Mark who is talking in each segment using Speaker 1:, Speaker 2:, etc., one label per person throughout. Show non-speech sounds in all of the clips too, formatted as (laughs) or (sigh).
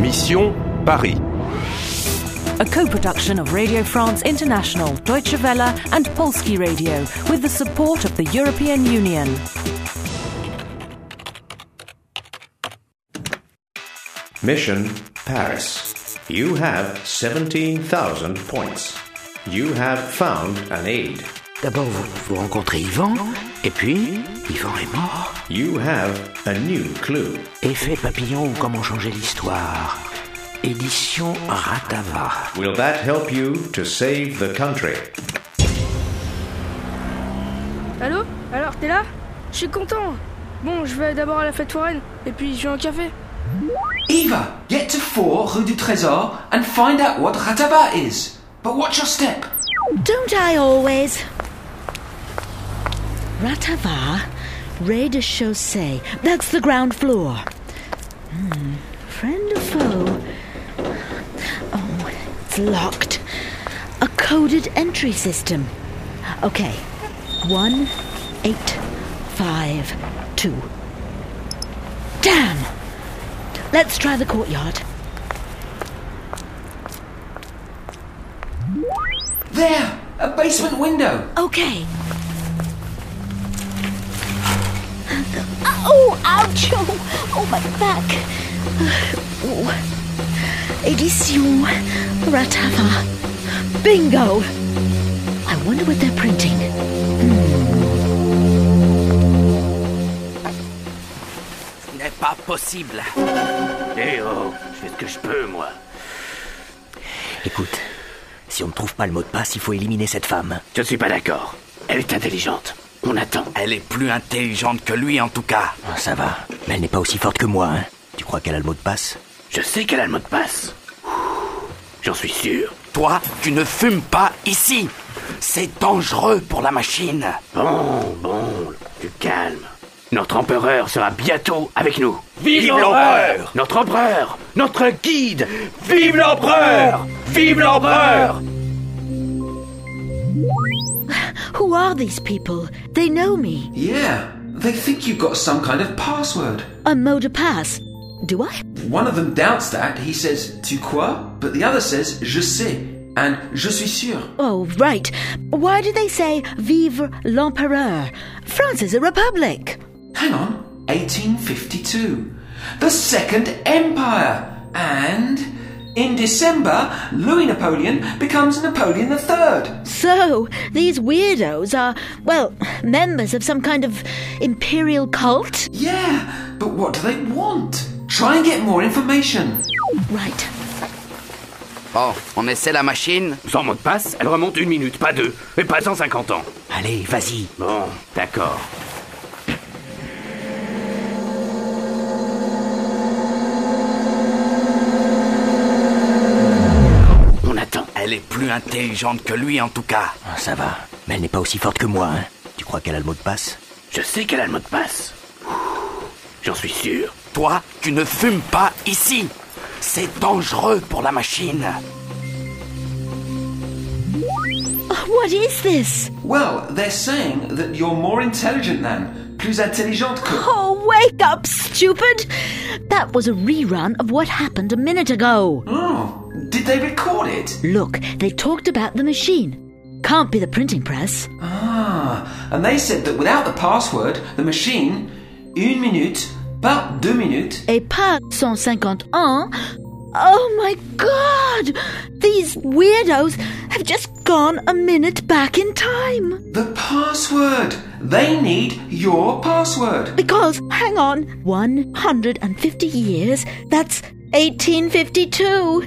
Speaker 1: Mission Paris.
Speaker 2: A co production of Radio France International, Deutsche Welle, and Polski Radio with the support of the European Union.
Speaker 1: Mission Paris. You have 17,000 points. You have found an aid.
Speaker 3: D'abord, vous, vous rencontrez Yvan, et puis Yvan est mort.
Speaker 1: You have a new clue.
Speaker 3: Effet papillon ou comment changer l'histoire. Édition Ratava.
Speaker 1: Will that help you to save the country?
Speaker 4: Allô Alors, t'es là Je suis content Bon, je vais d'abord à la fête foraine, et puis je vais un café.
Speaker 5: Eva, get to 4 Rue du Trésor and find out what Ratava is. But watch your step.
Speaker 6: Don't I always? Ratava, Rez de Chaussée. That's the ground floor. Hmm, Friend or foe? Oh, it's locked. A coded entry system. Okay. One, eight, five, two. Damn! Let's try the courtyard.
Speaker 5: There, a basement window.
Speaker 6: Okay. Oh, ouch! Oh, oh, my back. Oh. Edition Ratava. Bingo! I wonder what they're printing.
Speaker 7: n'est pas possible. Eh oh, je fais ce que je peux, moi.
Speaker 3: Écoute, si on ne trouve pas le mot de passe, il faut éliminer cette femme.
Speaker 7: Je suis pas d'accord. Elle est intelligente. On attend. Ah, Elle est plus intelligente que lui, en tout cas.
Speaker 3: Oh, Ça va. Mais elle n'est pas aussi forte que moi, hein. Tu crois qu'elle a le mot de passe
Speaker 7: Je sais qu'elle a le mot de passe. Ouh, J'en suis sûr. Toi, tu ne fumes pas ici. C'est dangereux pour la machine. Bon, bon, du calme. Notre empereur sera bientôt avec nous. Vive, l'empereur Notre empereur Notre guide Vive l'empereur Vive l'empereur
Speaker 6: Who are these people? They know me.
Speaker 5: Yeah, they think you've got some kind of password.
Speaker 6: A mot de passe. Do I?
Speaker 5: One of them doubts that. He says, tu quoi? But the other says, je sais. And je suis sûr.
Speaker 6: Oh, right. Why do they say Vive l'Empereur? France is a republic.
Speaker 5: Hang on, 1852. The Second Empire. And in December, Louis Napoleon becomes Napoleon III.
Speaker 6: So, these weirdos are, well, members of some kind of imperial cult?
Speaker 5: Yeah, but what do they want? Try and get more information.
Speaker 6: Right.
Speaker 8: Bon, on essaie la machine.
Speaker 7: Sans mot de passe, elle remonte une minute, pas deux, et pas 150 ans.
Speaker 3: Allez, vas-y.
Speaker 7: Bon, d'accord. On attend. Elle est plus intelligente que lui, en tout cas.
Speaker 3: Oh, Ça va. Mais elle n'est pas aussi forte que moi, hein. Tu crois qu'elle a le mot de passe
Speaker 7: Je sais qu'elle a le mot de passe. Ouh, J'en suis sûr. Toi, tu ne fumes pas ici. C'est dangereux pour la machine.
Speaker 6: Oh, What is this?
Speaker 5: Well, they're saying that you're more intelligent than. Plus intelligente
Speaker 6: (laughs)
Speaker 5: que.
Speaker 6: Oh, wake up, stupid! That was a rerun of what happened a minute ago.
Speaker 5: Oh, did they record it?
Speaker 6: Look, they talked about the machine. Can't be the printing press.
Speaker 5: Ah, and they said that without the password, the machine, une minute, pas deux minutes.
Speaker 6: Et pas 151. Oh my god! These weirdos have just gone a minute back in time.
Speaker 5: The password! They need your password!
Speaker 6: Because, hang on, 150 years, that's 1852.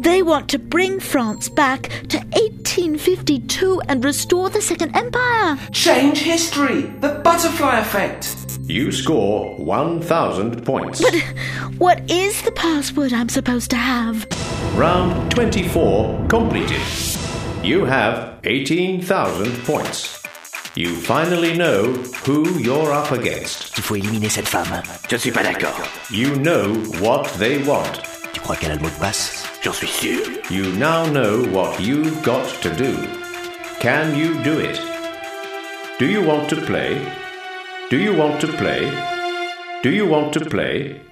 Speaker 6: They want to bring France back to 1852 and restore the Second Empire.
Speaker 5: Change history! The butterfly effect!
Speaker 1: You score 1,000 points.
Speaker 6: But what is the password I'm supposed to have?
Speaker 1: Round 24 completed. You have 18,000 points. You finally know who you're up against.
Speaker 3: Il faut éliminer cette femme.
Speaker 7: Je suis pas d'accord.
Speaker 1: You know what they want.
Speaker 3: Tu crois qu'elle a le mot de passe
Speaker 7: J'en suis sûr.
Speaker 1: You now know what you've got to do. Can you do it? Do you want to play? Do you want to play? Do you want to play?